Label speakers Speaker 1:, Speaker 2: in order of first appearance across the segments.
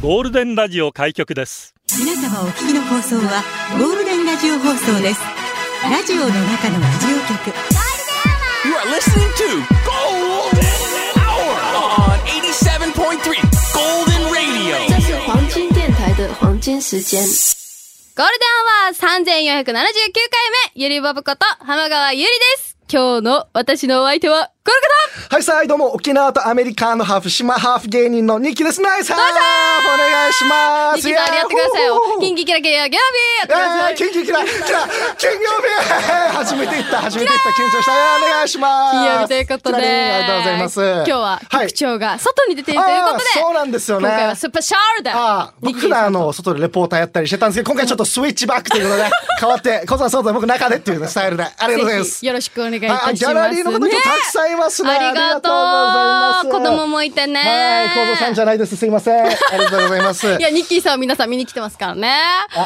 Speaker 1: ゴールデンラジオ開局です
Speaker 2: 皆様お聞きの放送はゴールデンラジオ放送ですラジオの中のラジオ局
Speaker 3: You are listening to Golden Hour on 87.3 Golden Radio.
Speaker 4: 这是黄金电台的黄金时间。
Speaker 5: ゴールデンアワー3479回目、ゆりぼぶこと浜川ゆりです。今日の私のお相手は、この方
Speaker 6: はい、さあ、どうも、沖縄とアメリカのハーフ、島ハーフ芸人のニキです。ナイスハーフお願いします
Speaker 5: ニキさんやってくださいよ。キン
Speaker 6: キ
Speaker 5: キキラキラギャビーやってください
Speaker 6: えー、。キンキキラ、キラ、金曜日初めて行った、初めて行った、緊張した。お願いします。
Speaker 5: 金曜日ということで、
Speaker 6: キラリンありがとうございます。
Speaker 5: 今日は局長が外に出ているということで、
Speaker 6: あーそうなんですよね
Speaker 5: 今回はスペシャルだ
Speaker 6: ああ、僕らあの、外でレポーターやったりしてたんですけど、今回ちょっとスイッチバックということで、変わって、コザそうだ、僕中でっていうねスタイルで。ありがとうございま
Speaker 5: ぜ
Speaker 6: す
Speaker 5: ひ。よろしくお願いいたします、
Speaker 6: あ
Speaker 5: ね。
Speaker 6: ギャラリーの方今日たくさんいますね。
Speaker 5: ありがとう
Speaker 6: ありがとうご
Speaker 5: 子
Speaker 6: ざいま
Speaker 5: 供
Speaker 6: す
Speaker 5: もいてね。
Speaker 6: はい、小僧さんじゃないです。すいませ ん。ありがとうございます。
Speaker 5: いや、ニッキーさんを皆さん見に来てますからね。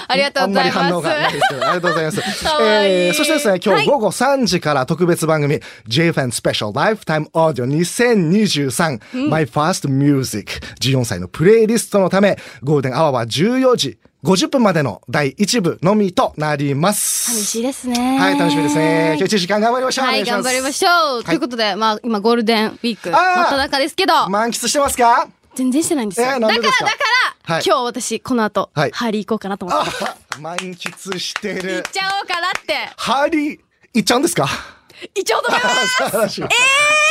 Speaker 5: ありがとうございます。。
Speaker 6: あんまり反応がないですけど、ありがとうございます
Speaker 5: かわいい
Speaker 6: ーそしてですね、今
Speaker 5: はい
Speaker 6: 日午後3時から特別番組、JFN Special Lifetime Audio 2023、My First Music 14歳のプレイリストのため、ゴールデンアワーは14時50分までの第1部のみとなります。
Speaker 5: 嬉しいですね。
Speaker 6: はい、楽しみですね。今日1時間頑張りましょう。
Speaker 5: はい、
Speaker 6: お願
Speaker 5: 頑張りましょう。
Speaker 6: い
Speaker 5: ということで、まあ、今、ゴールデンウィーク、
Speaker 6: あー
Speaker 5: 真っ只中ですけど、
Speaker 6: 満喫してますか
Speaker 5: 全然してないんですよ。
Speaker 6: えー
Speaker 5: だ
Speaker 6: な
Speaker 5: か
Speaker 6: ん
Speaker 5: ら、
Speaker 6: で
Speaker 5: だ
Speaker 6: です
Speaker 5: か、
Speaker 6: からはい
Speaker 5: 今日私、この後、
Speaker 6: はい
Speaker 5: ハリー行こうかなと思っ
Speaker 6: あ
Speaker 5: て。
Speaker 6: 満喫して
Speaker 5: 行っ
Speaker 6: る。
Speaker 5: ちゃおうかなって、
Speaker 6: ハリー、いっちゃうんですか
Speaker 5: 行っちゃおう と思います。
Speaker 6: 素晴らしい。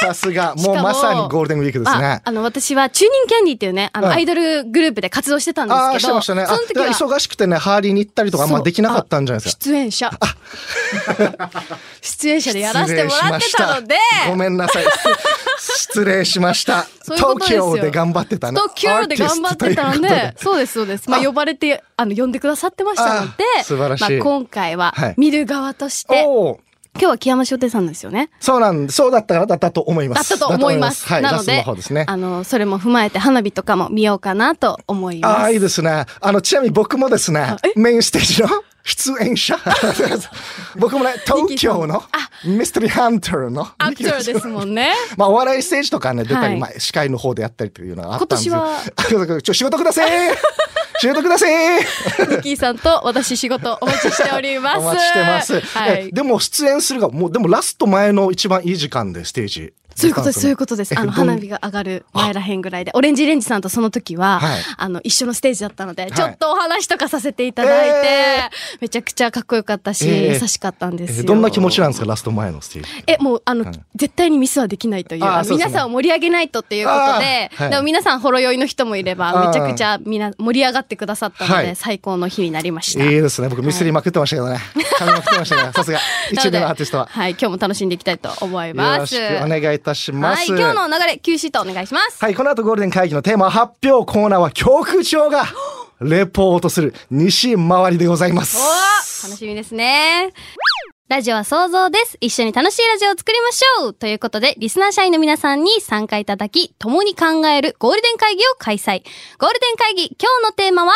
Speaker 6: さすが、もうまさにゴールデンウィークですね
Speaker 5: あ。あの、私は、チューニンキャンディーっていうね、あの、
Speaker 6: うん
Speaker 5: アイドルグループで活動してたんですけど、
Speaker 6: ああー、してましたね。あ
Speaker 5: その時は、
Speaker 6: だから忙しくてね、ハーリーに行ったりとか、あんまできなかったんじゃないですか。
Speaker 5: 出演者。出演者でやらせてもらってたので、
Speaker 6: 失礼しましたごめんなさい。失礼しました。
Speaker 5: そういうことですよ
Speaker 6: Tokyo で頑張ってたね。
Speaker 5: 東京で頑張ってたの
Speaker 6: アー
Speaker 5: で
Speaker 6: ティストという、こと
Speaker 5: そうです、そうです。まあ、
Speaker 6: あ
Speaker 5: 呼ばれて、あの、呼んでくださってましたので
Speaker 6: あ、素晴らしい
Speaker 5: まあ、今回は
Speaker 6: はい、
Speaker 5: 見る側とし
Speaker 6: で
Speaker 5: て、
Speaker 6: おー
Speaker 5: 今日は木山商店さんなんですよね。
Speaker 6: そうなんそうだったからだったと思いま
Speaker 5: だっ
Speaker 6: す。
Speaker 5: たと思います。
Speaker 6: だと思
Speaker 5: な
Speaker 6: はい、ラ
Speaker 5: の
Speaker 6: スト
Speaker 5: で
Speaker 6: の方ですね。
Speaker 5: あの、それも踏まえて花火とかも見ようかなと思います。
Speaker 6: ああ、いいですね。あの、ちなみに僕もですね、メインステージの出 演者。僕もね、東京のミステリーハンターの。
Speaker 5: アクチュアルですもんね。
Speaker 6: まあ、お笑いステージとかね、出たり、
Speaker 5: はい
Speaker 6: まあ、司会の方でやったりというのがあったんですよ。
Speaker 5: 今
Speaker 6: 年は。ちょ、仕事 ください仕事ください
Speaker 5: ニッキーさんと私仕事お待ちしております。
Speaker 6: お待ちしてます。
Speaker 5: は
Speaker 6: え
Speaker 5: い。
Speaker 6: でも、出演するが、もう、でも、ラスト前の一番いい時間で、ステージ。
Speaker 5: そういうことです、そういうことです。
Speaker 6: え
Speaker 5: あの、
Speaker 6: どん
Speaker 5: 花火が上がる前らへんぐらいで、オレンジレンジさんとその時は、
Speaker 6: はい
Speaker 5: あの、一緒のステージだったので、
Speaker 6: い
Speaker 5: ちょっとお話とかさせていただいて、
Speaker 6: え
Speaker 5: めちゃくちゃかっこよかったし、
Speaker 6: ええ
Speaker 5: 優しかったんで
Speaker 6: え
Speaker 5: すよ。
Speaker 6: どんな気持ちなんですか、ラスト前のステージ。
Speaker 5: え、もう、あの、絶対にミスはできないという、
Speaker 6: あー
Speaker 5: あの
Speaker 6: そうで
Speaker 5: 皆
Speaker 6: すね
Speaker 5: さんを盛り上げないとっていうことで、
Speaker 6: あーはい
Speaker 5: でも皆さん、ほろ酔いの人もいれば、
Speaker 6: あー
Speaker 5: めちゃくちゃみんな盛り上がってくださったので、
Speaker 6: はい
Speaker 5: 最高の日になりました。
Speaker 6: いいですね。僕、ミステリーまくってましたけどね。噛みまくってましたけど、さすが。
Speaker 5: な
Speaker 6: 一
Speaker 5: の
Speaker 6: 部
Speaker 5: で
Speaker 6: のアーティストは。
Speaker 5: はい、今日も楽しんでいきたいと思い
Speaker 6: よ
Speaker 5: ま
Speaker 6: ろし
Speaker 5: す。
Speaker 6: くお願いいたしま
Speaker 5: はい、
Speaker 6: す。
Speaker 5: 今日の流れ、Q シートお願いします。
Speaker 6: はい、この後ゴールデン会議のテーマ発表コーナーは局長がレポートする西回りでございます。
Speaker 5: おー楽しみですね。ラジオは想像です。一緒に楽しいラジオを作りましょうということで、リスナー社員の皆さんに参加いただき、共に考えるゴールデン会議を開催。ゴールデン会議、今日のテーマは、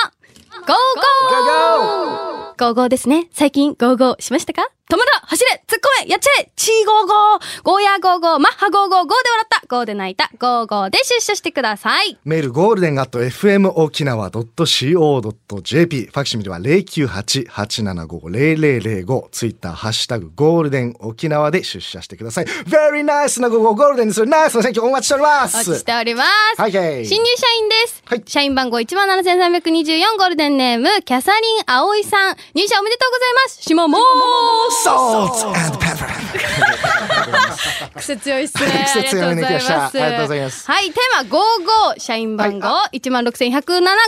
Speaker 5: ゴーゴーゴーゴーですね。最近、ゴーゴーしましたか止まろ走れ突っ込めやっちゃえチーゴーゴーゴーヤーゴーゴーマッハゴーゴーゴーで笑ったゴーで泣いたゴーゴーで出社してください
Speaker 6: メールゴールデンアット FM 沖縄 .co.jp ファクシミリは0988750005ツイッターハッシュタグゴールデン沖縄で出社してください Very nice な午後をゴールデンにするナイスな選挙お待ちしておりま
Speaker 5: お待ちし
Speaker 6: す
Speaker 5: ております。
Speaker 6: はいはい
Speaker 5: 新入社員です。
Speaker 6: はい
Speaker 5: 社員番号17,324ゴールデンネーム、キャサリン・アオイさん。入社おめでとうございます。しまもーす
Speaker 6: Salt and pepper
Speaker 5: 癖強いっすね。あり
Speaker 6: 癖
Speaker 5: がと
Speaker 6: 強
Speaker 5: う
Speaker 6: い
Speaker 5: ご
Speaker 6: ね
Speaker 5: ざいます。
Speaker 6: 来ましたありがとうございます
Speaker 5: はい、テーマ55、社員番号16,107ゴ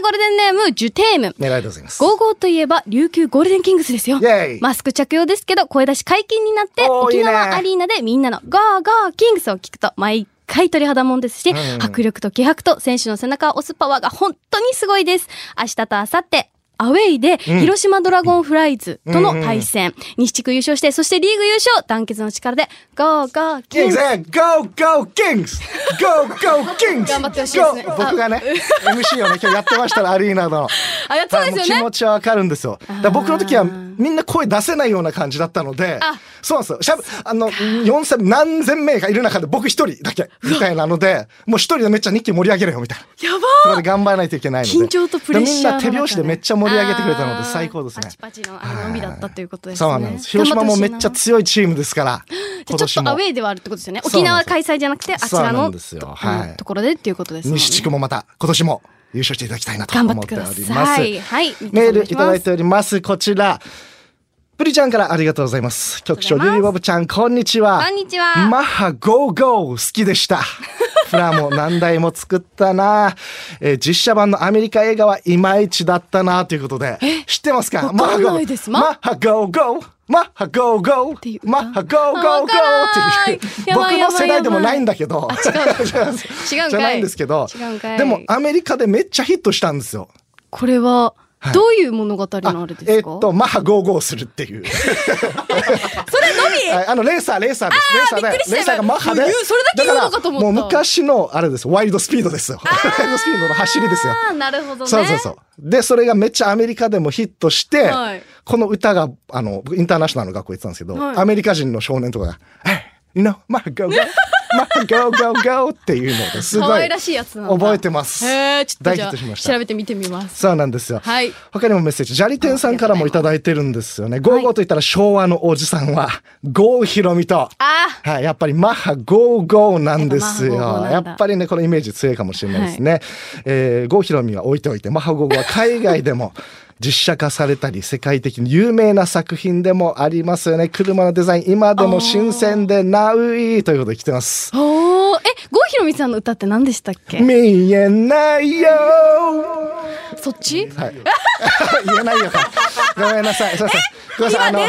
Speaker 5: ールデンネーム、ジュテーム。
Speaker 6: ねありがとうございます
Speaker 5: ゴーゴーといえば、琉球ゴールデンキングスですよ
Speaker 6: イェイ。
Speaker 5: マスク着用ですけど、声出し解禁になって、
Speaker 6: おー
Speaker 5: 沖
Speaker 6: いいね
Speaker 5: 縄アリーナでみんなのゴーゴーキングスを聞くと、毎回鳥肌もんですし、迫力と気迫と選手の背中を押すパワーが本当にすごいです。明日と明後日。アウェイで、広島ドラゴンフライズとの対戦、西地区優勝して、そしてリーグ優勝、団結の力で、ゴーゴーキン
Speaker 6: Kings
Speaker 5: グ
Speaker 6: and go go Kings go go Kings
Speaker 5: 頑張ってほしいですね
Speaker 6: Go 僕がね MC をね今日やってまし たらアリーナの
Speaker 5: あ、やそうですよ
Speaker 6: あの気持
Speaker 5: ね。
Speaker 6: ちはわかるんですよだから僕の時はみんな声出せないような感じだったので
Speaker 5: あ
Speaker 6: そうなんですよしゃべあの4千何千名がいる中で僕一人だけみたいなのでもう一人でめっちゃ日記盛り上げるよみたいな
Speaker 5: やば
Speaker 6: そこで頑張らないといけないので
Speaker 5: 緊張とプレッシャーの中
Speaker 6: みんな手拍子でめっちゃ盛り上げてくれたの
Speaker 5: あー
Speaker 6: で最高ですね
Speaker 5: パチパチのあの帯だったということですね。
Speaker 6: そうなんです広島もめっちゃ強いチームですから
Speaker 5: でち
Speaker 6: 今
Speaker 5: ょっ
Speaker 6: 年
Speaker 5: とアウ
Speaker 6: も
Speaker 5: ェイではあるってことですよね。
Speaker 6: そう
Speaker 5: 沖
Speaker 6: なん
Speaker 5: 縄
Speaker 6: ですよ
Speaker 5: 開催じゃなくて、あちら
Speaker 6: そうな
Speaker 5: の
Speaker 6: んですよ
Speaker 5: と
Speaker 6: はい
Speaker 5: ところでっていうことですもんね。
Speaker 6: 西地区もまた今年も優勝していただきたいなと
Speaker 5: 頑張
Speaker 6: 思
Speaker 5: っ
Speaker 6: ってて
Speaker 5: く
Speaker 6: おり
Speaker 5: だ
Speaker 6: ます
Speaker 5: さい。はい。
Speaker 6: メールいただいております。こちら。プリちゃんからありがとうございます。局長、
Speaker 5: ありが
Speaker 6: ゆ
Speaker 5: とうご
Speaker 6: り
Speaker 5: ざいます
Speaker 6: ぼぶちゃん、こんにちは。
Speaker 5: こんにちは
Speaker 6: マッハゴーゴー好き でした。フラも何台も作ったな、えー実写版のアメリカ映画はいまいちだったなということで。知ってますか
Speaker 5: わかんないです
Speaker 6: マッハゴーゴー。マッハゴーゴ
Speaker 5: ていう
Speaker 6: ー。
Speaker 5: 歌
Speaker 6: マッハゴーゴーゴー
Speaker 5: わからない
Speaker 6: っていう。
Speaker 5: やば
Speaker 6: 僕
Speaker 5: いやばい
Speaker 6: の世代でもないんだけど。
Speaker 5: 違うんかい
Speaker 6: じゃないんですけど
Speaker 5: 違うんかい。
Speaker 6: でもアメリカでめっちゃヒットしたんですよ。
Speaker 5: これは、
Speaker 6: い
Speaker 5: どういう物語
Speaker 6: あ
Speaker 5: のあれですか、
Speaker 6: えっと、マッハ55するっ ていう。
Speaker 5: それのみ
Speaker 6: はいあの、レーサー、レーサーです。レーサー
Speaker 5: びっくりし
Speaker 6: で、
Speaker 5: た
Speaker 6: レーサーがマッハで
Speaker 5: もう言うそれだ。け言うのかと思った
Speaker 6: だらもう昔の、あれです、ワイルドスピードですよ。ワイルドスピードの走りですよ。
Speaker 5: あーなるほどね。
Speaker 6: そうそうそう。で、それがめっちゃアメリカでもヒットして、
Speaker 5: はい
Speaker 6: この歌が、あの、僕インターナショナルの学校行ってたんですけど、
Speaker 5: はい
Speaker 6: アメリカ人の少年とかが、You know, マッハ go go, マッハ go go go っていうのですごい。
Speaker 5: 可愛らしいやつなんだ
Speaker 6: 覚えてます。
Speaker 5: へえ、ちょっと
Speaker 6: 大
Speaker 5: じ
Speaker 6: ヒ
Speaker 5: ゃ
Speaker 6: ッ
Speaker 5: あ
Speaker 6: トしました
Speaker 5: 調。べてみてみます。
Speaker 6: そうなんですよ。
Speaker 5: はい
Speaker 6: 他にもメッセージ、ジャリテンさんからもいただいてるんですよね。ゴーゴーと言ったら昭和のおじさんは、ゴーヒロミと。
Speaker 5: あー
Speaker 6: はい、やっぱりマッハゴーゴーなんですよ。
Speaker 5: やっぱマッハゴーゴー
Speaker 6: や
Speaker 5: なんだ
Speaker 6: っぱりね、このイメージ強いかもしれないですね。えーゴーヒロミは置いておいて、マッハゴーゴーは海外でも 実写化されたり、世界的に有名な作品でもありますよね。車のデザイン、今でも新鮮でナウイということで来てます。
Speaker 5: おーえ、郷ひろみさんの歌って何でしたっけ
Speaker 6: 見えないよ
Speaker 5: そっち
Speaker 6: はい。言えないよ。 ごめんなさい。そうそう。ごめんなさい。あ の。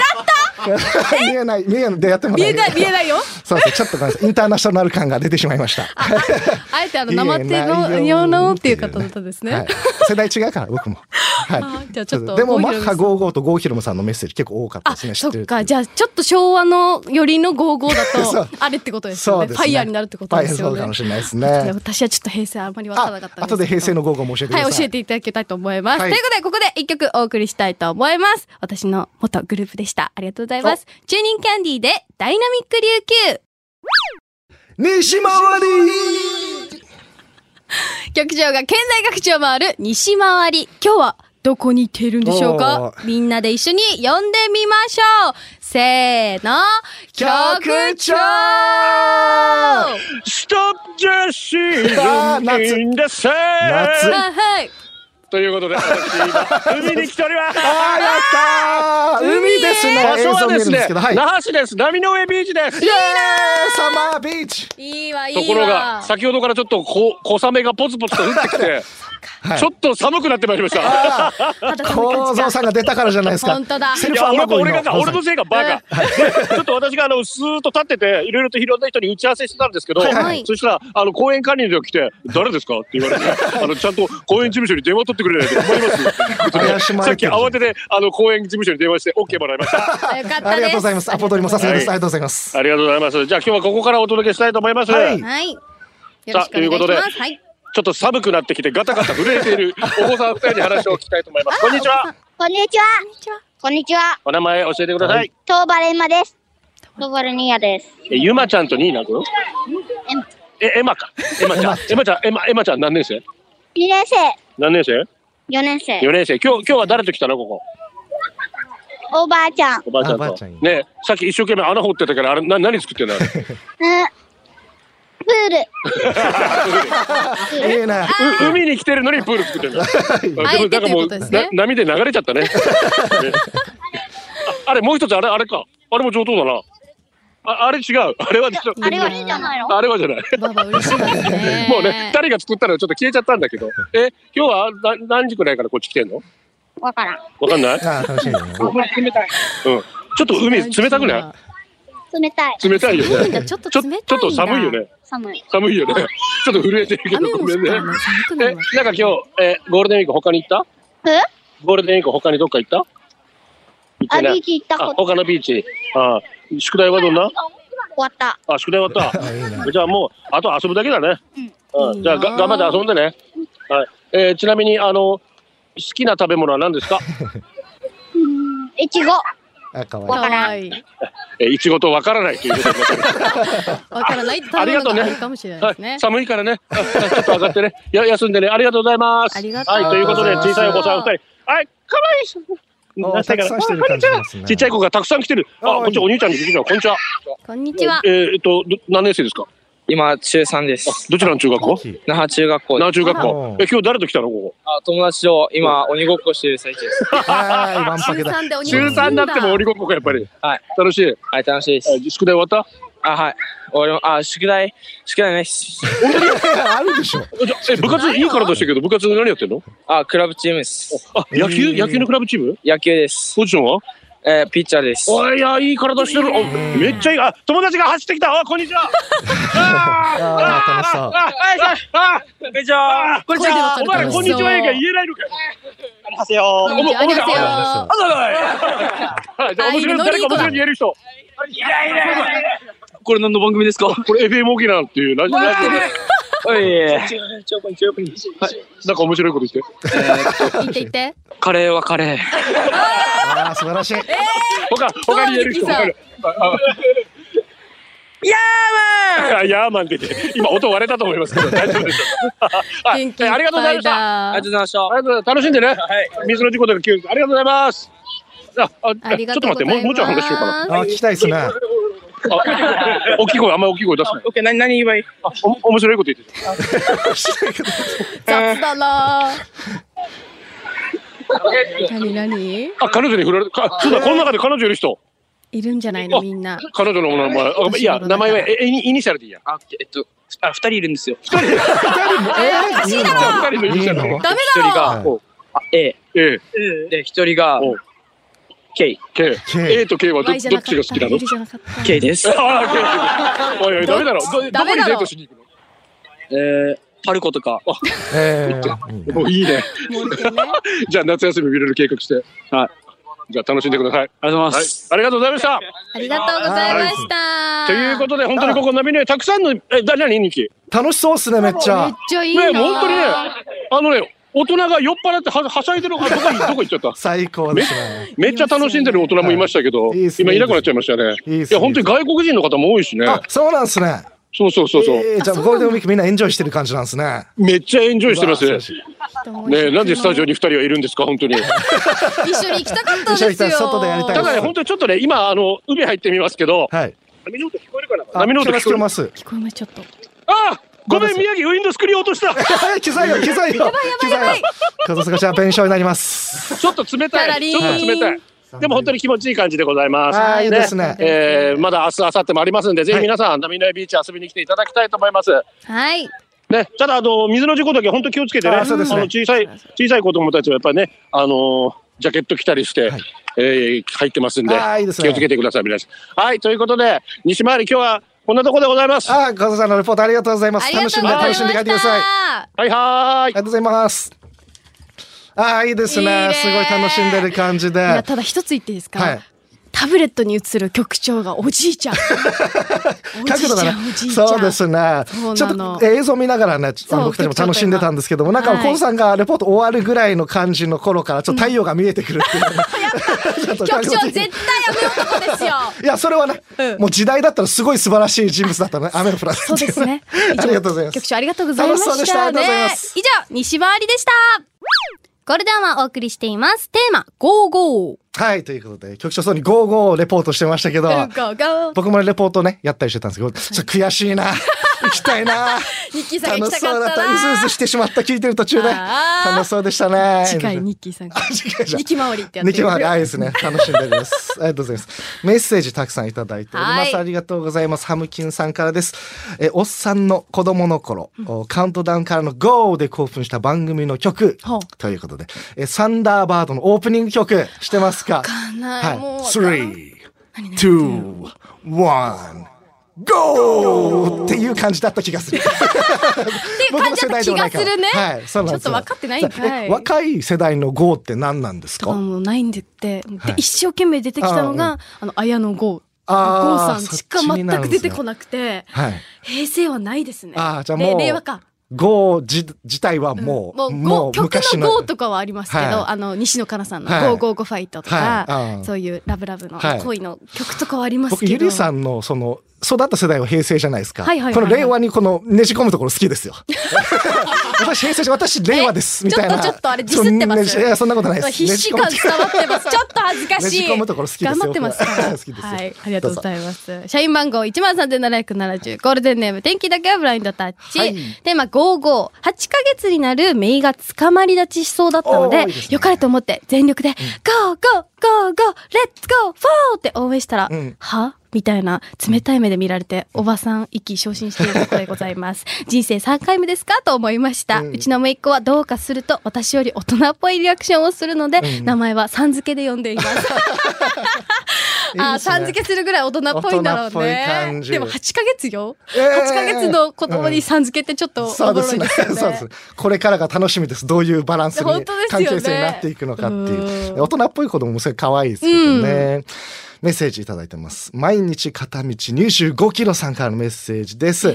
Speaker 6: 見えない、見えない、でやっても
Speaker 5: 見えない、見えないよ。
Speaker 6: そうそう、ちょっとごめんなさい。インターナショナル感が出てしまいました。
Speaker 5: あえてあの、
Speaker 6: 言えな
Speaker 5: 生
Speaker 6: いよ
Speaker 5: 手の、よのっていう方だったんですね。
Speaker 6: はい。世代違うから、僕も。 は
Speaker 5: あ
Speaker 6: い。
Speaker 5: じゃあちょっと
Speaker 6: でも、マ
Speaker 5: 郷ひろみ
Speaker 6: ッ
Speaker 5: さ
Speaker 6: ハ
Speaker 5: ん
Speaker 6: 55と郷ひろむさんのメッセージ結構多かった
Speaker 5: あ、
Speaker 6: ですね。
Speaker 5: そっか。
Speaker 6: ゃ
Speaker 5: じゃあ、ちょっと昭和のよりの55
Speaker 6: そ
Speaker 5: だと、
Speaker 6: う
Speaker 5: あれってことです
Speaker 6: そ
Speaker 5: よ
Speaker 6: う
Speaker 5: ね。
Speaker 6: ですね
Speaker 5: ファイヤーになるってことですよ
Speaker 6: ファイヤ
Speaker 5: ね。
Speaker 6: ーそうかもしれないです
Speaker 5: ちょっとね
Speaker 6: ね。
Speaker 5: 私はちょっと平成あんまりわからな
Speaker 6: あ
Speaker 5: かったん、ですけど。
Speaker 6: 後で平成の午後も教えてください。
Speaker 5: はい、教えていただきたいと思います。
Speaker 6: はい
Speaker 5: ということで、ここで一曲お送りしたいと思います。私の元グループでした。ありがとうございます。チューニングキャンディーで、ダイナミック琉球
Speaker 6: 西回り
Speaker 5: 局長が県内各地を回る西回り。今日はどこに行っているんでしょう
Speaker 6: お
Speaker 5: か
Speaker 6: ー
Speaker 5: みんなで一緒に呼んでみましょうせーの
Speaker 6: 局長
Speaker 5: はい
Speaker 6: あー夏夏
Speaker 5: はい。
Speaker 7: とい うことで、私、今海に来ております。
Speaker 6: あやったー海ですね
Speaker 7: 場所
Speaker 6: 映像
Speaker 7: は
Speaker 6: 見
Speaker 7: で
Speaker 6: える
Speaker 7: す
Speaker 6: んで
Speaker 7: ね
Speaker 6: すけど、はい。イエ
Speaker 7: 那覇市です。波の上ビーチです。
Speaker 6: ーイサマービーチ
Speaker 5: いいわ、いい
Speaker 7: と
Speaker 5: わ。
Speaker 7: ころが、先ほどからちょっとこ小雨がポツポツと降って きて、
Speaker 6: はい
Speaker 7: ちょっと寒くなってまいりました。
Speaker 5: 肌寒い
Speaker 6: 構
Speaker 5: 感じ
Speaker 6: 造
Speaker 5: が
Speaker 6: さんが出たからじゃないですか。
Speaker 5: 本当だ
Speaker 6: セ
Speaker 7: い
Speaker 6: ルフ
Speaker 7: や
Speaker 6: ア
Speaker 7: 俺
Speaker 6: マ
Speaker 7: が
Speaker 6: ゴイ
Speaker 7: 俺
Speaker 6: の
Speaker 7: がさ俺のせいかバカ、ちょっと私があのスーッと立ってていろいろといろんな人に打ち合わせしてたんですけど、
Speaker 5: はいはい
Speaker 7: そしたらあの公園管理の人が来て「誰ですか?」っ て言われてあのちゃんと公園事務所に電話取ってくれないと困りますよ
Speaker 6: 怪しま
Speaker 7: さっ
Speaker 6: れて
Speaker 7: き
Speaker 6: る
Speaker 7: 慌ててあの公園事務所に電話して OK もらいました
Speaker 5: あよかったです。
Speaker 6: ありがとうございます。アポ取りもさせてください。あ
Speaker 7: は
Speaker 6: りがとうございます。
Speaker 7: ありがとうございますじゃあ今日はここからお届けしたいと思います、
Speaker 6: はい
Speaker 5: はい。よ
Speaker 7: さ
Speaker 5: ろ
Speaker 7: あ
Speaker 5: しくお願いし
Speaker 7: という
Speaker 5: ま
Speaker 7: こと
Speaker 5: す。はい。
Speaker 7: ちょっと寒くなってきてガタガタ震えているお子さん二人に話を聞きたいと思いますこんにちは
Speaker 8: こんにちは。こんにちは。
Speaker 7: お名前教えてください、
Speaker 6: はい
Speaker 8: トーバレンマです。トーバレニアです。
Speaker 7: えゆまちゃんとニーナ君えエマかエマちゃんエマちゃんエマエマちゃん何年生
Speaker 8: 2年生、
Speaker 7: 何年生
Speaker 8: 4年生、
Speaker 7: 四年生今日今日は誰と来たのここ
Speaker 8: おばあちゃん。
Speaker 7: おばあちゃん
Speaker 6: あばあちゃ
Speaker 7: と
Speaker 6: んよ
Speaker 7: ねさっき一生懸命穴掘ってたからあれな何作ってん のあ
Speaker 8: う
Speaker 7: れ
Speaker 8: ん。プール。
Speaker 6: ええな。
Speaker 7: う海に来てるのにプール作って んだ
Speaker 5: あえて
Speaker 7: なんかも
Speaker 5: ということです
Speaker 7: な
Speaker 5: ね
Speaker 7: 波で流れちゃっ たねねああれもう一つあれあれかあれも上等だなああれ違うあれは実は
Speaker 8: あれはいいんじゃないの
Speaker 7: あれはじゃない。
Speaker 5: ばば嬉しいですね
Speaker 7: もうね、二人が作ったのはちょっと消えちゃったんだけど。え、今日はな何時くらいからこっち来てんの
Speaker 8: わからん。
Speaker 7: わかんない
Speaker 6: ああ、楽しみだね。
Speaker 7: うん。ちょっと海冷たくな
Speaker 8: 冷たい。
Speaker 7: い冷たいよ
Speaker 5: なん
Speaker 7: ね。
Speaker 5: かちょっと
Speaker 7: ちょ
Speaker 5: 冷たいんだ。
Speaker 7: ちょっと寒いよ。ね。
Speaker 8: 寒い。
Speaker 7: 寒いよね。 ちょっと震えてるけど
Speaker 5: 雨も
Speaker 7: ご
Speaker 5: 降っ
Speaker 7: め
Speaker 5: た
Speaker 7: んね
Speaker 5: ら。ね寒くな
Speaker 7: え、
Speaker 5: り
Speaker 7: なんか
Speaker 5: ます
Speaker 7: 今日、え、ゴールデンウィーク他に行った
Speaker 8: え
Speaker 7: ゴールデンウィーク他にどっか行った行って
Speaker 8: あ
Speaker 7: な
Speaker 8: ビ
Speaker 7: い
Speaker 8: ーチ行った
Speaker 7: あ
Speaker 8: こ、と。
Speaker 7: 他のビーチ。あ宿題はどんな
Speaker 8: 終わった。
Speaker 7: あ、宿題終わっ
Speaker 6: あいいね
Speaker 7: た。じゃあもう、あと遊ぶだけだね。
Speaker 5: うん
Speaker 7: うん。じゃあ、
Speaker 5: いい
Speaker 7: が
Speaker 5: な
Speaker 7: 頑張って遊んでね。はい。えーちなみに、あの、好きな食べ物は 何ですか
Speaker 8: うーん、いちご。
Speaker 6: あ、か
Speaker 5: か
Speaker 6: わいい。
Speaker 5: わいい。
Speaker 7: えーいちごとわからないということで。
Speaker 5: わからないって食べ物があるかもしれないですね
Speaker 7: はい、。寒いからね、 あちょっと上がってね、や休んでね、ありがとうございます。
Speaker 5: ありがとう
Speaker 7: はい、ということで、
Speaker 6: ありがと
Speaker 7: 小さいうお
Speaker 5: ご
Speaker 7: 子
Speaker 5: ざ
Speaker 7: さ
Speaker 5: い
Speaker 7: ん
Speaker 5: ま
Speaker 7: 二
Speaker 5: す
Speaker 7: 人、はい、かわいい人。
Speaker 6: お
Speaker 7: 何歳から
Speaker 6: たくさんしてる感じですね
Speaker 7: あこんにちはちっちゃい子がたくさん来てる。
Speaker 6: あ
Speaker 7: あ、こっちお兄ちゃんに聞いてた。こんにちは。
Speaker 5: こんにちは。
Speaker 7: えーえっと、ど何年生ですか。
Speaker 9: 今、中3です。
Speaker 7: どちらの中学校。
Speaker 9: 那覇中学校で
Speaker 7: な中学
Speaker 6: あ
Speaker 7: 校
Speaker 6: ら。
Speaker 7: え、今日誰と来たの、ここ。
Speaker 9: あ友達と今、鬼ごっこしてる最中 です。
Speaker 6: はい、ワンパ
Speaker 5: 中
Speaker 6: クだ。
Speaker 5: 三でお兄
Speaker 7: 中三になっても、鬼ごっこか、やっぱり。
Speaker 9: はい。
Speaker 7: 楽しい。
Speaker 9: はい、楽しいです。
Speaker 7: え宿題終わった。
Speaker 9: あ、はい。俺も、あ、宿題、宿題ないっす。
Speaker 6: あるでしょ。
Speaker 7: えじゃえ、部活、いいから出したけど、部活何やってんの。
Speaker 9: あ、クラブチームです。
Speaker 7: あ、野球、
Speaker 6: うん
Speaker 7: 野球のクラブチーム。
Speaker 9: 野球です。
Speaker 7: ポジションは。
Speaker 9: えーピッチャーです。
Speaker 7: おいいや、いい体してる。おめっちゃいい。あ、友達が走ってきた。あ、こんにち は。
Speaker 6: ああ、楽しそう。
Speaker 7: あ、あ、こんにちは。こんにちは。お前らこんにちはやが言えないのか。
Speaker 5: こんにちはありがとうございま
Speaker 7: はい、じゃあ面白い誰か面白いに言える人。
Speaker 9: これ何の番組ですか
Speaker 7: これ FM 沖縄っていうラジオラジオで
Speaker 9: おい、え
Speaker 7: なんか面白いことして。
Speaker 9: ーっ
Speaker 5: す。行って行って。
Speaker 9: とカレーはカレー。
Speaker 6: ああ、素晴らしい。
Speaker 7: 他他に言える人。
Speaker 5: どう
Speaker 7: 他 にああヤーマンって言って今音割れたと思いますけど大丈夫 でしょうかはい
Speaker 5: 元気い
Speaker 7: えありが
Speaker 5: っ
Speaker 7: とうござ
Speaker 5: ぱ
Speaker 7: い
Speaker 5: い
Speaker 7: ました
Speaker 5: だ。
Speaker 9: ありがとうございました。
Speaker 7: ありがとうございます楽しんでね、水の事故とか救急ありがとうございますああ
Speaker 5: あり
Speaker 7: ちょ
Speaker 5: がと
Speaker 7: っと
Speaker 5: うござい
Speaker 7: 待って
Speaker 5: ます
Speaker 7: もうもうちょい話しよう かな
Speaker 6: あー聞きたいですね。
Speaker 7: あ大きい声あんまり大きい声出すない
Speaker 9: オッケー、何、何言えばいい
Speaker 7: あお面白いこと言ってる
Speaker 5: 雑だな。なになに
Speaker 7: あ、彼女に振られか、そうだ、この中で彼女いる人。
Speaker 5: いるんじゃないのみんな。
Speaker 7: 彼女のお名前、あいや、名前は、え、えイニイニシャルでいいや。
Speaker 9: あ、オッケーえっと、あ、二人いるんですよ。一
Speaker 6: おかしいだ
Speaker 7: 二人のイニシャル
Speaker 6: いい
Speaker 7: で
Speaker 6: の。
Speaker 5: ダメ
Speaker 9: 人
Speaker 5: だろ。
Speaker 9: が、あ、A。
Speaker 7: ええ、
Speaker 9: で、一人が
Speaker 7: お、
Speaker 9: K。
Speaker 7: K。
Speaker 6: K
Speaker 7: A と K はど
Speaker 5: Y じゃ
Speaker 7: ど
Speaker 5: な
Speaker 7: っ
Speaker 5: か
Speaker 7: ち
Speaker 5: っ
Speaker 7: が好
Speaker 5: た。
Speaker 7: きなの
Speaker 5: L じゃなかった。
Speaker 9: K です。
Speaker 7: あー、K。おいおい、ダメだろ。どど
Speaker 5: ダ
Speaker 7: こ
Speaker 5: メ
Speaker 7: に
Speaker 5: だろ
Speaker 7: デートしに行く
Speaker 9: えー、パルコとか、
Speaker 6: えーうん
Speaker 7: のもういいね。
Speaker 5: もう一回ね
Speaker 7: じゃあ夏休み見れる計画して。はい。じゃあ楽しんでください。
Speaker 9: ありがとうござ
Speaker 7: はいい
Speaker 9: ます。。
Speaker 7: ありがとうございました。
Speaker 5: ありがとうございました。
Speaker 7: ということで、本当にここナビね、たくさんの、え、だ、なに、ニキ。
Speaker 6: 楽しそうっすね、めっち
Speaker 5: め
Speaker 6: ゃ
Speaker 5: っ。ちゃいいな。
Speaker 7: ね、もう本当にね、あのね、大人が酔っ払っては、はしゃいでる、あ、どこに、どこ行っちゃった。
Speaker 6: 最高ですね。
Speaker 7: めっちゃ楽しんでる大人もいましたけど、
Speaker 6: いいっすね
Speaker 7: 今いなくなっちゃいましたね。
Speaker 6: いいっすね
Speaker 7: いや、本当に外国人の方も多いしね。
Speaker 6: あ、そうなんすね。
Speaker 7: そうそうそうそう、
Speaker 6: えーじゃあゴールデンウィークみんなエンジョイしてる感じなんですね。
Speaker 7: めっちゃエンジョイしてます
Speaker 6: うわー素晴ら
Speaker 7: ね
Speaker 6: しい
Speaker 7: え、なんでスタジオに二人はいるんですか、本当に。
Speaker 5: 一緒に行きたかったんですよ。
Speaker 6: 一緒に行きたい外でやりたい
Speaker 7: ただね、本当にちょっとね、今、あの、海入ってみますけど、
Speaker 6: はい。
Speaker 7: 波の音聞こえるかな
Speaker 6: あ
Speaker 7: 波の音
Speaker 6: 聞こ
Speaker 7: 聞こ
Speaker 6: え
Speaker 7: える。
Speaker 6: ます。
Speaker 5: 聞こえますちょっと。
Speaker 7: あごめん、宮城、ウィンドスクリーン落とした。
Speaker 6: はい、機 材よ、機材よ。機材 よ。カズスカちゃん、弁償になります。
Speaker 7: ちょっと冷た
Speaker 5: タラ
Speaker 7: い。
Speaker 5: リン
Speaker 7: ちょっと冷たい。でも本当に気持ちいい感じでございます。
Speaker 6: はいいいですね
Speaker 7: えーまだ明日、明後日もありますんで、ぜひ皆さん、波のビーチ遊びに来ていただきたいと思います。
Speaker 5: はい。
Speaker 7: ね、ただあの水の事故だけ本当気をつけてね。
Speaker 6: あそうですね
Speaker 7: の小さい小さい子供たちはやっぱりね、あのージャケット着たりして、
Speaker 6: はい
Speaker 7: えー入ってますんで
Speaker 6: あーいいですね
Speaker 7: 気をつけてください皆さん。はいということで西回り今日はこんなところでございます。は
Speaker 6: あ、カズさんのレポートありがとうございます。楽しんで、楽しんで帰ってください。あ
Speaker 5: い。
Speaker 7: いはー
Speaker 6: りがとうございます。あー、いいです
Speaker 5: いい
Speaker 6: ね。
Speaker 5: ね
Speaker 6: すごい楽しんでる感じで。
Speaker 5: いや
Speaker 6: は
Speaker 5: ただ一つ言っていいですか、
Speaker 6: い。
Speaker 5: タブレットに映る局長がおじいちゃんおじい
Speaker 6: 角度
Speaker 5: ち
Speaker 6: が
Speaker 5: ゃ
Speaker 6: ね
Speaker 5: んおじいちゃん
Speaker 6: そうで
Speaker 5: そ
Speaker 6: すね
Speaker 5: うなの
Speaker 6: ちょっと映像見ながらねあ
Speaker 5: そう
Speaker 6: の僕たちも楽しんでたんですけども
Speaker 5: ちょ
Speaker 6: な
Speaker 5: っ
Speaker 6: ん
Speaker 5: と今
Speaker 6: かコウさんがレポート終わるぐらいの感じの頃からちょっと太陽が見えてくるって いうちょっと
Speaker 5: 局長絶対
Speaker 6: い
Speaker 5: 雨男ですよ
Speaker 6: いやそれはね、もう時代だったらすごい素晴らしい人物だったね雨のプラス
Speaker 5: そうですね
Speaker 6: ありがとうございます
Speaker 5: 局 長ありがとうございました
Speaker 6: 楽しそうでしたありがとうございます
Speaker 5: ね以上西回りでしたゴールデンはお送りしていますテーマゴーゴー
Speaker 6: はいということで局長そうに55をレポートしてましたけど
Speaker 5: ゴーゴー
Speaker 6: 僕もレポートねやったりしてたんですけどちょっと悔しいな 行きたいな
Speaker 5: ニッキーさんが
Speaker 6: 楽
Speaker 5: 来
Speaker 6: したそう
Speaker 5: か
Speaker 6: だ
Speaker 5: っ
Speaker 6: ったたうずう
Speaker 5: な
Speaker 6: ずしてしまった聞いてる途中で
Speaker 5: あー
Speaker 6: 楽しそうでしたね
Speaker 5: 次回ニッキーさ んが
Speaker 6: 次回じゃん
Speaker 5: ニキ回りってやって
Speaker 6: ニキマリ、あ、い いですね。楽しんでおります。ありがとうございます。メッセージたくさんいただいておりま
Speaker 5: はい
Speaker 6: す。ありがとうございます。ハムキンさんからです。え、おっさんの子供の頃、おカウントダウンからの GO で興奮した番組の曲
Speaker 5: ほう、
Speaker 6: ということで、え、サンダーバードのオープニング曲、してますか
Speaker 5: かんない
Speaker 6: は
Speaker 5: もうわ
Speaker 6: い。
Speaker 5: からん
Speaker 6: three, two, one, ゴーっていう感じだった気 がする。
Speaker 5: ていう感じだった気がするね。
Speaker 6: はい、そうなんです
Speaker 5: ちょっと分かってないんかい
Speaker 6: え若い世代の GO って何なんです
Speaker 5: とか
Speaker 6: か
Speaker 5: もうないんでって、で
Speaker 6: はい
Speaker 5: 一生懸命出てきたのが、あの、綾野剛。剛
Speaker 6: あ
Speaker 5: さん
Speaker 6: ー
Speaker 5: しか
Speaker 6: そっちに
Speaker 5: 全
Speaker 6: なるん
Speaker 5: く
Speaker 6: ですね
Speaker 5: 出てこなくて、
Speaker 6: はい。
Speaker 5: 平成はないですね。
Speaker 6: あーじゃあもう
Speaker 5: れ令和か。
Speaker 6: GO 自自体はも
Speaker 5: も
Speaker 6: う、
Speaker 5: う、もう曲の GO と
Speaker 6: か。
Speaker 5: かはありますけど、
Speaker 6: はい
Speaker 5: あの、西野カナさんの
Speaker 6: はい
Speaker 5: GO55 ファイトとか、
Speaker 6: はいうん
Speaker 5: そういうラブラブの
Speaker 6: はい
Speaker 5: 恋の曲とかはありますけ
Speaker 6: 僕、
Speaker 5: ど。
Speaker 6: ゆりさんの、その、育った世代は平成じゃないですか。
Speaker 5: はいはいはい
Speaker 6: この令和にこのねじ込むところ好 きですよ。私平成じゃ、私令和です。みたいな。
Speaker 5: ちょっとちょっとあれディスってます
Speaker 6: そんなねじいや、そんなことないです。
Speaker 5: 必死感
Speaker 6: ねじ込む
Speaker 5: 伝わってます。ちょっと恥ずかしい。
Speaker 6: ねじ込むところ好きですよ
Speaker 5: 頑張ってますから。
Speaker 6: 好きですよ
Speaker 5: はい。ありがとうございます。社員番号13,770。ゴールデンネーム、天気だけはブラインドタッチ。
Speaker 6: はい
Speaker 5: テーマ55。8ヶ月になるメイが捕まり立ちしそうだったの
Speaker 6: おー
Speaker 5: で、
Speaker 6: いいですね
Speaker 5: よかれと思って全力で、ゴーゴーゴーゴーレッツゴーフォーって応援したら、
Speaker 6: うん
Speaker 5: はみたいな冷たい目で見られて、おばさん、意気昇進しているところでございます。人生3回目ですかと思いました。うちの姪っ子はどうかすると、私より大人っぽいリアクションをするので、名前はさん付けで呼んでい ます。あー、さん付けするぐらい大人っぽいんだろう
Speaker 6: 大人っぽい
Speaker 5: ね
Speaker 6: 感。じ
Speaker 5: でも8ヶ月よ。
Speaker 6: えー
Speaker 5: 8ヶ月の子供にさん付けってちょっとお
Speaker 6: そう
Speaker 5: も
Speaker 6: で
Speaker 5: ろ
Speaker 6: す
Speaker 5: い
Speaker 6: ね。
Speaker 5: ですよ
Speaker 6: そ
Speaker 5: ね。
Speaker 6: うですね。これからが楽しみです。どういうバランスに
Speaker 5: 本当ですよ
Speaker 6: 関
Speaker 5: ね
Speaker 6: 係性になっていくのかっていうう。
Speaker 5: ん
Speaker 6: 大人っぽい子供もすごい可愛いですけどね。メッセージいただいてます。毎日片道25キロさんからのメッセージです。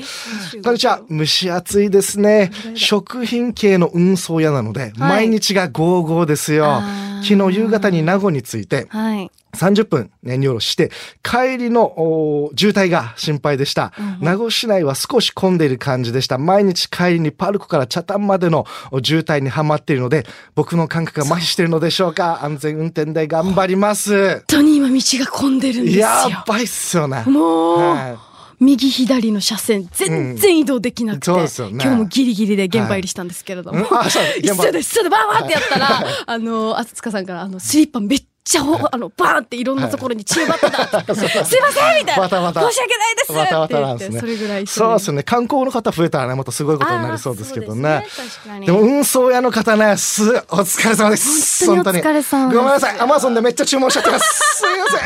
Speaker 6: こんにちは。蒸し暑いですね。食品系の運送屋なので、毎日が55ですよ
Speaker 5: あ。ー
Speaker 6: 昨日夕方に名護に着いて、
Speaker 5: はい。
Speaker 6: 30分練り下ろして、帰りのおー渋滞が心配でした。名護市内は少し混んでいる感じでした。毎日帰りにパルコから茶炭までのお渋滞にはまっているので、僕の感覚が麻痺しているのでしょうか。安全運転で頑張ります。
Speaker 5: 本当に今道が混んでるんですよ。
Speaker 6: やばいっすよね。
Speaker 5: もう、
Speaker 6: は
Speaker 5: 右左の車線全然移動できなくて、
Speaker 6: うんそうですよね
Speaker 5: 今日もギリギリで現場入りしたんですけれども、
Speaker 6: うんあそう
Speaker 5: 一
Speaker 6: 現場
Speaker 5: 緒で一緒でバーバーってやった ら、あのあつつかさんからあのスリッパめっちゃほあのバーンっていろんなところに散らばってたって、 すいませんみたいな
Speaker 6: バタバタ
Speaker 5: 申し訳ないです
Speaker 6: い。わたわたなん
Speaker 5: って
Speaker 6: で
Speaker 5: 言
Speaker 6: す
Speaker 5: って
Speaker 6: ね。
Speaker 5: それぐらい
Speaker 6: そうです
Speaker 5: ね
Speaker 6: ね。観光の方増えたらね、またすごいことになりそうですけどね。
Speaker 5: そうですね確かに
Speaker 6: でも運送屋の方ね、す、お疲れ様です。
Speaker 5: 本当にお疲れ様です
Speaker 6: 本当にごめんなさい。アマゾンでめっちゃ注文しちゃってます。 すいま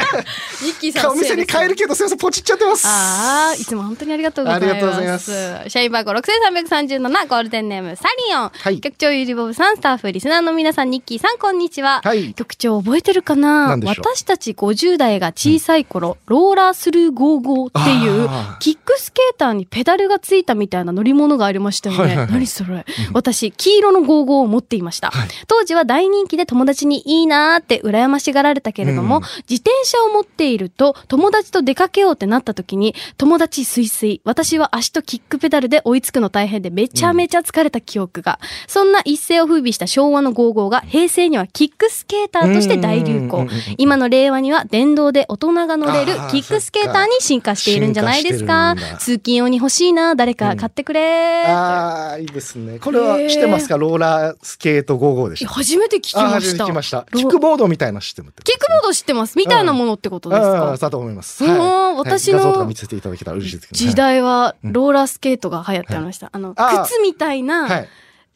Speaker 5: ミッキー
Speaker 6: せ
Speaker 5: さん
Speaker 6: ん。
Speaker 5: の
Speaker 6: お店
Speaker 5: せ
Speaker 6: に
Speaker 5: い
Speaker 6: 帰
Speaker 5: です
Speaker 6: るけど、すいません。ポチっちゃってます。
Speaker 5: ああ、いつも本当にありがとうございます。
Speaker 6: ありがとうございます
Speaker 5: 社員番号6337、ゴールデンネーム、サリオン。
Speaker 6: はい
Speaker 5: 局長ゆりぼぶさん、スタッフ、リスナーの皆さん、ニッキーさん、こんにちは。
Speaker 6: はい
Speaker 5: 局長、覚えてるかな
Speaker 6: 何でしょう
Speaker 5: 私たち50代が小さい頃、ローラースルー55っていう
Speaker 6: あ、ー
Speaker 5: キックスケーターにペダルがついたみたいな乗り物がありましたよね。
Speaker 6: はいはいはい
Speaker 5: 何それ、私、黄色の55を持っていました。当時は大人気で友達にいいなーって羨ましがられたけれども、
Speaker 6: うん
Speaker 5: 自転車を持っていると友達と出かけようってなった時に友達すいすい私は足とキックペダルで追いつくの大変でめちゃめちゃ疲れた記憶が、そんな一世を風靡した昭和の55が平成にはキックスケーターとして大流
Speaker 6: うんう
Speaker 5: 行
Speaker 6: んうんうん
Speaker 5: 今の令和には電動で大人が乗れる
Speaker 6: あー
Speaker 5: キックスケーターに進化しているんじゃないですか
Speaker 6: 進化してるんだ
Speaker 5: 通勤用に欲しいな誰か買ってくれ、
Speaker 6: ああ、いいですね。これはしてますか、ローラースケート55でした。
Speaker 5: 初めて聞き
Speaker 6: あー
Speaker 5: ま
Speaker 6: 初
Speaker 5: し
Speaker 6: めて
Speaker 5: た
Speaker 6: 聞きました。
Speaker 5: ロ
Speaker 6: キックボードみたいなシステムって。
Speaker 5: キックボード知ってますみたいなものってことです
Speaker 6: あ
Speaker 5: か、
Speaker 6: あ、だと思います。
Speaker 5: うん
Speaker 6: はい
Speaker 5: 私の
Speaker 6: はい画像とか見せていただけたら嬉しいですけどね。
Speaker 5: 時代はローラースケートが流行ってました。あの、
Speaker 6: あー
Speaker 5: 靴みたいな、
Speaker 6: はい。はい。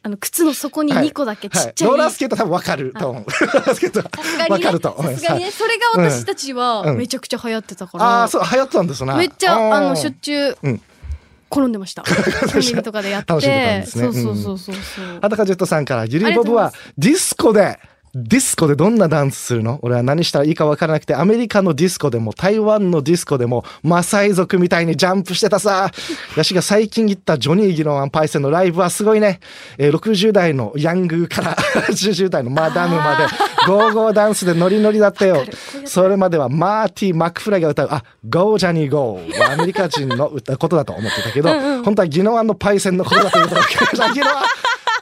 Speaker 5: あの、靴の底に
Speaker 6: はい
Speaker 5: 2個だけちっちゃい。
Speaker 6: はいローラースケー ト多分わかると思う。ローラースケート
Speaker 5: さすがにね
Speaker 6: わかると思いま
Speaker 5: さ
Speaker 6: す。
Speaker 5: すがに
Speaker 6: は
Speaker 5: ね、
Speaker 6: い
Speaker 5: それが私たちは
Speaker 6: うん
Speaker 5: めちゃくちゃ流行ってたから。
Speaker 6: ああ、そう、流行ってたんですね。
Speaker 5: めっちゃ、あ
Speaker 6: う
Speaker 5: の、
Speaker 6: ん
Speaker 5: しょっちゅう
Speaker 6: うん、
Speaker 5: 転んでま した。コンビニとかでやって。
Speaker 6: 楽しんでたんですね
Speaker 5: そうそうそうそうそう。
Speaker 6: 裸ジェットさんから、ゆ
Speaker 5: ありが
Speaker 6: りぼ
Speaker 5: とう
Speaker 6: ぶ
Speaker 5: ございま
Speaker 6: は
Speaker 5: す
Speaker 6: ディスコで、ディスコでどんなダンスするの俺は何したらいいか分からなくて、アメリカのディスコでも、台湾のディスコでも、マサイ族みたいにジャンプしてたさ。 ヤシが最近行ったジョニー・ギロワン・パイセンのライブはすごいね。えー60代のヤングから 80代のマダムまで、ゴーゴーダンスでノリノリだったよ。それまではマーティー・マックフライが歌う、あ、ゴージャニー・ゴーはアメリカ人の歌ことだと思ってたけど、本当はギノワンのパイセンのことだということだけど、ギノワン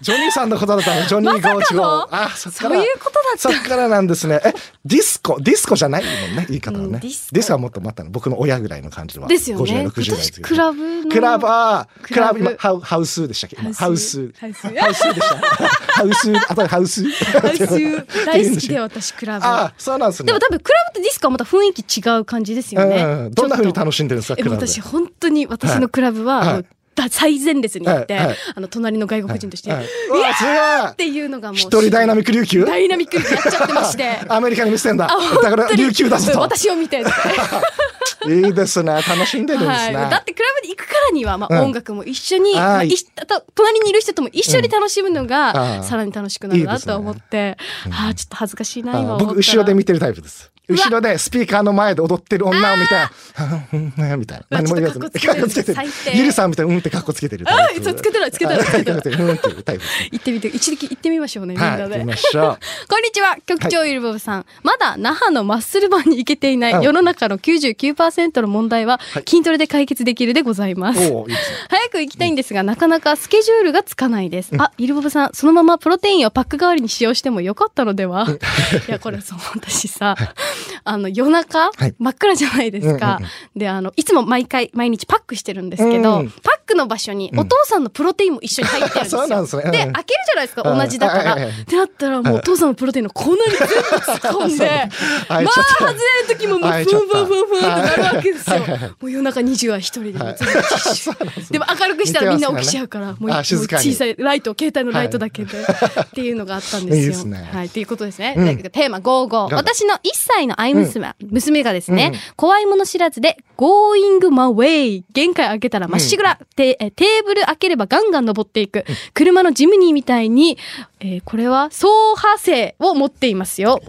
Speaker 6: ジョニーさんのことだったの、ジョニー・ゴーチゴー。あ、そっから。
Speaker 5: そういうことだった
Speaker 6: そっからなんですね。え、ディスコ、ディスコじゃないもんね、言い方はね。
Speaker 5: うんデ
Speaker 6: デ
Speaker 5: ィ
Speaker 6: ィ
Speaker 5: ス
Speaker 6: ス
Speaker 5: コ
Speaker 6: コはもっとまたの僕の親ぐらいの感じは。
Speaker 5: ですよ
Speaker 6: 50代、
Speaker 5: ね。
Speaker 6: 60代で
Speaker 5: 私、
Speaker 6: すけど
Speaker 5: クラブの。
Speaker 6: クラブ、あー
Speaker 5: ク
Speaker 6: ク
Speaker 5: ラ
Speaker 6: ラ
Speaker 5: ブ
Speaker 6: ブ、今、ハウハウスでしたっけ今ハウス。
Speaker 5: ハ
Speaker 6: ハ
Speaker 5: ウ
Speaker 6: ウ
Speaker 5: ス
Speaker 6: スでした。ハウス、あとハウス。ハ
Speaker 5: 大 好きで私、クラブ。
Speaker 6: あ、そうなんですね。
Speaker 5: でも多分クラブとディスコはまた雰囲気違う感じですよね。
Speaker 6: うんうんどんな風に楽しんでるんですか
Speaker 5: え
Speaker 6: クラブで
Speaker 5: 私本当に私のクラブは、
Speaker 6: はい
Speaker 5: あのだ最前列に行って、
Speaker 6: はいはい
Speaker 5: あの隣の外国人として、
Speaker 6: はい
Speaker 5: っ
Speaker 6: うわす
Speaker 5: ていうのがもう
Speaker 6: ごい一人ダイナミック琉球
Speaker 5: ダ イナミックにやっちゃってまして
Speaker 6: アメリカに見せてんだ。
Speaker 5: あ
Speaker 6: だから琉球だぞ
Speaker 5: うん
Speaker 6: と。
Speaker 5: 私を見てって
Speaker 6: いいですね。楽しんでるんです
Speaker 5: はい、
Speaker 6: ね。
Speaker 5: だってクラブに行くからには、ま
Speaker 6: うん
Speaker 5: あ、音楽も一緒に、
Speaker 6: あー
Speaker 5: まあ、
Speaker 6: いい
Speaker 5: いした隣にいる人とも一緒に楽しむのが、
Speaker 6: あー
Speaker 5: さらに楽しくなる
Speaker 6: いい
Speaker 5: な
Speaker 6: ですね
Speaker 5: と思って、ああちょっと恥ずかしいな、
Speaker 6: あ
Speaker 5: 今
Speaker 6: の
Speaker 5: 思ったら
Speaker 6: 僕、後ろで見てるタイプです。
Speaker 5: うわ
Speaker 6: 後ろでスピーカーの前で踊ってる女を見て、うん みたいな。何も言わず
Speaker 5: ちょっ
Speaker 6: に。
Speaker 5: とカッコつけてる
Speaker 6: カッコつけ
Speaker 5: 最
Speaker 6: て
Speaker 5: 低
Speaker 6: ゆりさんみたいな、うんってカッコつけてるタイ プ。
Speaker 5: あそうつけてないつけてないつ けてない
Speaker 6: あつけてるうんっていうタイプです。
Speaker 5: 行ってみて、一時行ってみましょうね、みん
Speaker 6: は、
Speaker 5: ないで。
Speaker 6: 行きましょう。
Speaker 5: こんにちは局長ゆるぼぶさん、まだ那覇のマッスルバーに行けていな
Speaker 6: うん
Speaker 5: い世の中の99%の問題は筋トレで解決できるでございます、
Speaker 6: おーいいですね
Speaker 5: 早く行きたいんですが、なかなかスケジュールがつかないです。あ、ゆるぼぶさん、そのままプロテインをパック代わりに使用してもよかったのではいや、これ、そう、私さ、あの、夜中、
Speaker 6: はい
Speaker 5: 真っ暗じゃないですか、
Speaker 6: うんうん
Speaker 5: で、あの、いつも毎回、毎日パックしてるんですけど、
Speaker 6: うん
Speaker 5: パックの場所にお父さんのプロテインも一緒に入ってるんですよ。
Speaker 6: そうなんですねうん
Speaker 5: 開けるじゃないですか、
Speaker 6: うん
Speaker 5: 同じだから。
Speaker 6: はいはいはい
Speaker 5: ってなったら、もうお父さんのプロテインの粉に全部突っ込 んで、 ま
Speaker 6: 開い
Speaker 5: あ、
Speaker 6: ちゃった
Speaker 5: 外れる時ももう、
Speaker 6: 開いちゃっ
Speaker 5: ふん
Speaker 6: た
Speaker 5: ふんふんふんってなるわけですよ
Speaker 6: はいはいはい。
Speaker 5: もう夜中20は一人でも全部ティッ シュでも明るくしたらみんな起きちゃうから、もう
Speaker 6: あ
Speaker 5: もう
Speaker 6: 静かに
Speaker 5: 小さいライト、携帯のライトだ けで、っていうのがあったんですよ。
Speaker 6: いいですね
Speaker 5: はい、っていうことですね。
Speaker 6: うん
Speaker 5: だけどテーマ55。
Speaker 6: い
Speaker 5: 私の1歳の愛娘、娘がですね、
Speaker 6: うん
Speaker 5: 怖いもの知らずで、going my way。玄関開けたらまっしぐら、てえテーブル開ければガンガン登っていく。車のジムニーみたいに、えーこれは、走破性を持っていますよ。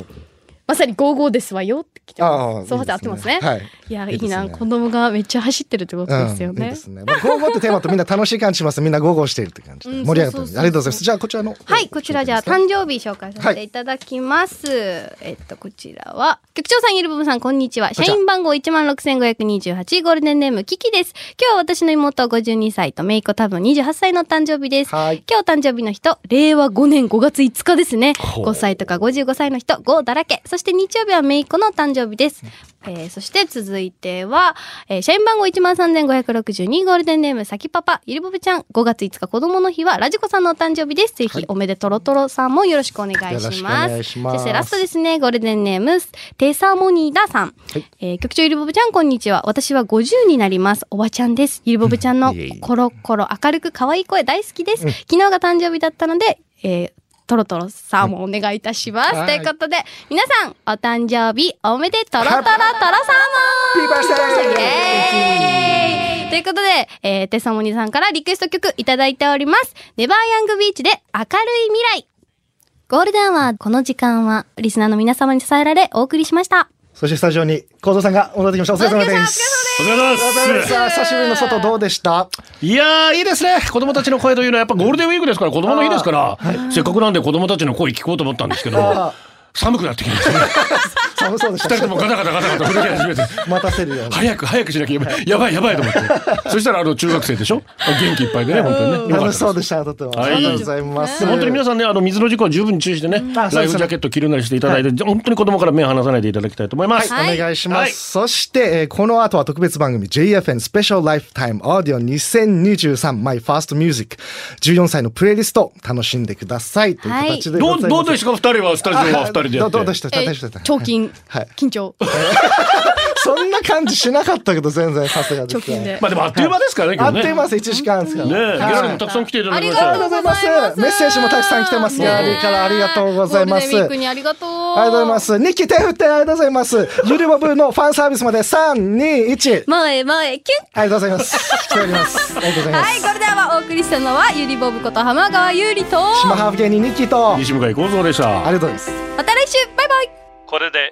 Speaker 5: まさに55ですわよって来て
Speaker 6: あ
Speaker 5: ま
Speaker 6: ー
Speaker 5: す。走破性合ってますね。
Speaker 6: いいですねはい
Speaker 5: いや、
Speaker 6: い
Speaker 5: い
Speaker 6: いです
Speaker 5: い
Speaker 6: ね
Speaker 5: な。子供がめっちゃ走ってるってことですよ
Speaker 6: うんいい
Speaker 5: ね
Speaker 6: で。すね。まあゴーゴーってテーマとみんな楽しい感じします。みんなゴーゴーしているって感じで。
Speaker 5: うん
Speaker 6: 盛り上がっ
Speaker 5: そ
Speaker 6: てま
Speaker 5: うそう
Speaker 6: す。
Speaker 5: そう
Speaker 6: ありがとうございます。じゃあ、こちらの。
Speaker 5: はい、こちらじゃあ誕生日紹介させていただきます。えっと、こちらは、局長さん、ゆるぼぶさん、こんにちは。
Speaker 6: こん
Speaker 5: 社
Speaker 6: にちは
Speaker 5: 員番号16,528、ゴールデンネーム、キキです。今日は私の妹52歳と、めいっ子多分28歳の誕生日です。
Speaker 6: はい
Speaker 5: 今日誕生日の人、令和5年5月5日ですね。
Speaker 1: ほう
Speaker 5: 5歳とか55歳の人、5だらけ。そして日曜日はめいっ子の誕生日です。えーそして続いては、えー社員番号13,562、ゴールデンネーム、さきパパ、ゆるぼぶちゃん、5月5日子供の日は、ラジコさんのお誕生日です。ぜひ、おめでとろとろさんもよろしくお願いします。
Speaker 6: よろしくお願いします
Speaker 5: そしてラストですね、ゴールデンネーム、テサモニーダさん。えー局長ゆるぼぶちゃん、こんにちは。私は50になります。おばちゃんです。ゆるぼぶちゃんの
Speaker 6: いえいえ
Speaker 5: コロコロ明るく可愛い声大好きです。昨日が誕生日だったので、えートロトロさんもお願いいたします。
Speaker 6: はい
Speaker 5: ということで、皆さん、お誕生日おめでとろとろとろサーモ
Speaker 6: ピーバー
Speaker 5: ン
Speaker 6: ス
Speaker 5: イ
Speaker 6: デ
Speaker 5: エーイということで、えー、テサモニさんからリクエスト曲いただいております。ネバーヤングビーチで明るい未来。ゴールデンはこの時間はリスナーの皆様に支えられお送りしました。
Speaker 6: そしてスタジオに、幸三さんが戻ってきました。お疲れ様です。
Speaker 1: お疲れ様
Speaker 6: お疲れ様
Speaker 1: で
Speaker 6: です
Speaker 1: す。
Speaker 6: さあ久しぶりの外どうでした
Speaker 7: いやーいいですね子供たちの声というのはやっぱゴールデンウィークですから子供の日ですから、せっかくなんで子供たちの声聞こうと思ったんですけど
Speaker 6: あ
Speaker 7: 寒くなってきましたね
Speaker 6: 寒そうでし
Speaker 7: 二
Speaker 6: た
Speaker 7: 人と。もガタガタガタガタ震え始めて
Speaker 6: 待たせるように。
Speaker 7: 早く早くしなきゃやばいやばいやばいと思ってそしたらあの中学生でしょ元気いっぱいでね本当にねよかった
Speaker 6: 楽
Speaker 7: で
Speaker 6: し
Speaker 7: す
Speaker 6: そうでした。とても。
Speaker 7: は
Speaker 6: あ
Speaker 7: い
Speaker 6: りがとうございます。
Speaker 7: 本当に皆さんねあの水の事故は十分に注意してね、
Speaker 6: あそう
Speaker 7: ラ
Speaker 6: で
Speaker 7: イ
Speaker 6: す
Speaker 7: フジャケット着るなりしていただいて、本当に子供から目を離さないでいただきたいと思います、
Speaker 5: はい
Speaker 6: お願いします。
Speaker 7: はい
Speaker 6: そして、えーこの後は特別番組 JFN スペシャルライフタイムオーディオ2023 My First Music 14歳のプレイリスト楽しんでくださいという形で
Speaker 7: ど
Speaker 6: ご
Speaker 7: う
Speaker 6: ざいます。
Speaker 7: どうでしたか二人はスタジオは二人でや
Speaker 6: ど
Speaker 7: っ
Speaker 6: う
Speaker 7: て
Speaker 6: どうでした
Speaker 5: え
Speaker 6: 大丈夫だ
Speaker 5: ー
Speaker 6: った
Speaker 5: 長金、
Speaker 6: はい
Speaker 5: 緊張、
Speaker 6: そんな感じしなかったけど全然さすがです
Speaker 5: 長
Speaker 6: ね
Speaker 5: 金で。
Speaker 7: まあでもあっという間ですからね
Speaker 6: あ
Speaker 7: 今
Speaker 6: っとい
Speaker 7: 日ね
Speaker 6: う間です1時間ですから
Speaker 7: ねえ、
Speaker 6: はい
Speaker 7: ギャルもたくさん来ていただきまし
Speaker 5: あ
Speaker 7: た
Speaker 5: りが
Speaker 7: よ
Speaker 5: とう
Speaker 6: メッセージもたくさん来てますよ。
Speaker 5: ねえ
Speaker 6: リからありがとうございます。
Speaker 5: ゴールデ
Speaker 6: あ
Speaker 5: ンウィーク
Speaker 6: り
Speaker 5: にありがとう。
Speaker 6: がとうございます。ニッキー手振ってありがとうございます。ゆりぼぶのファンサービスまで3、2、1。
Speaker 5: 前前キュン
Speaker 6: ありがとうございます。来ております。ありがとうございま
Speaker 5: はい、
Speaker 6: す
Speaker 5: ゴ。ールデンはお送りしたのは、ゆりぼぶこと浜川ゆりと、
Speaker 6: 島ハーフ芸人ニッキーと。あり
Speaker 7: 西向井幸三でした
Speaker 6: がとうございます。
Speaker 5: また来週バイバイ
Speaker 1: これで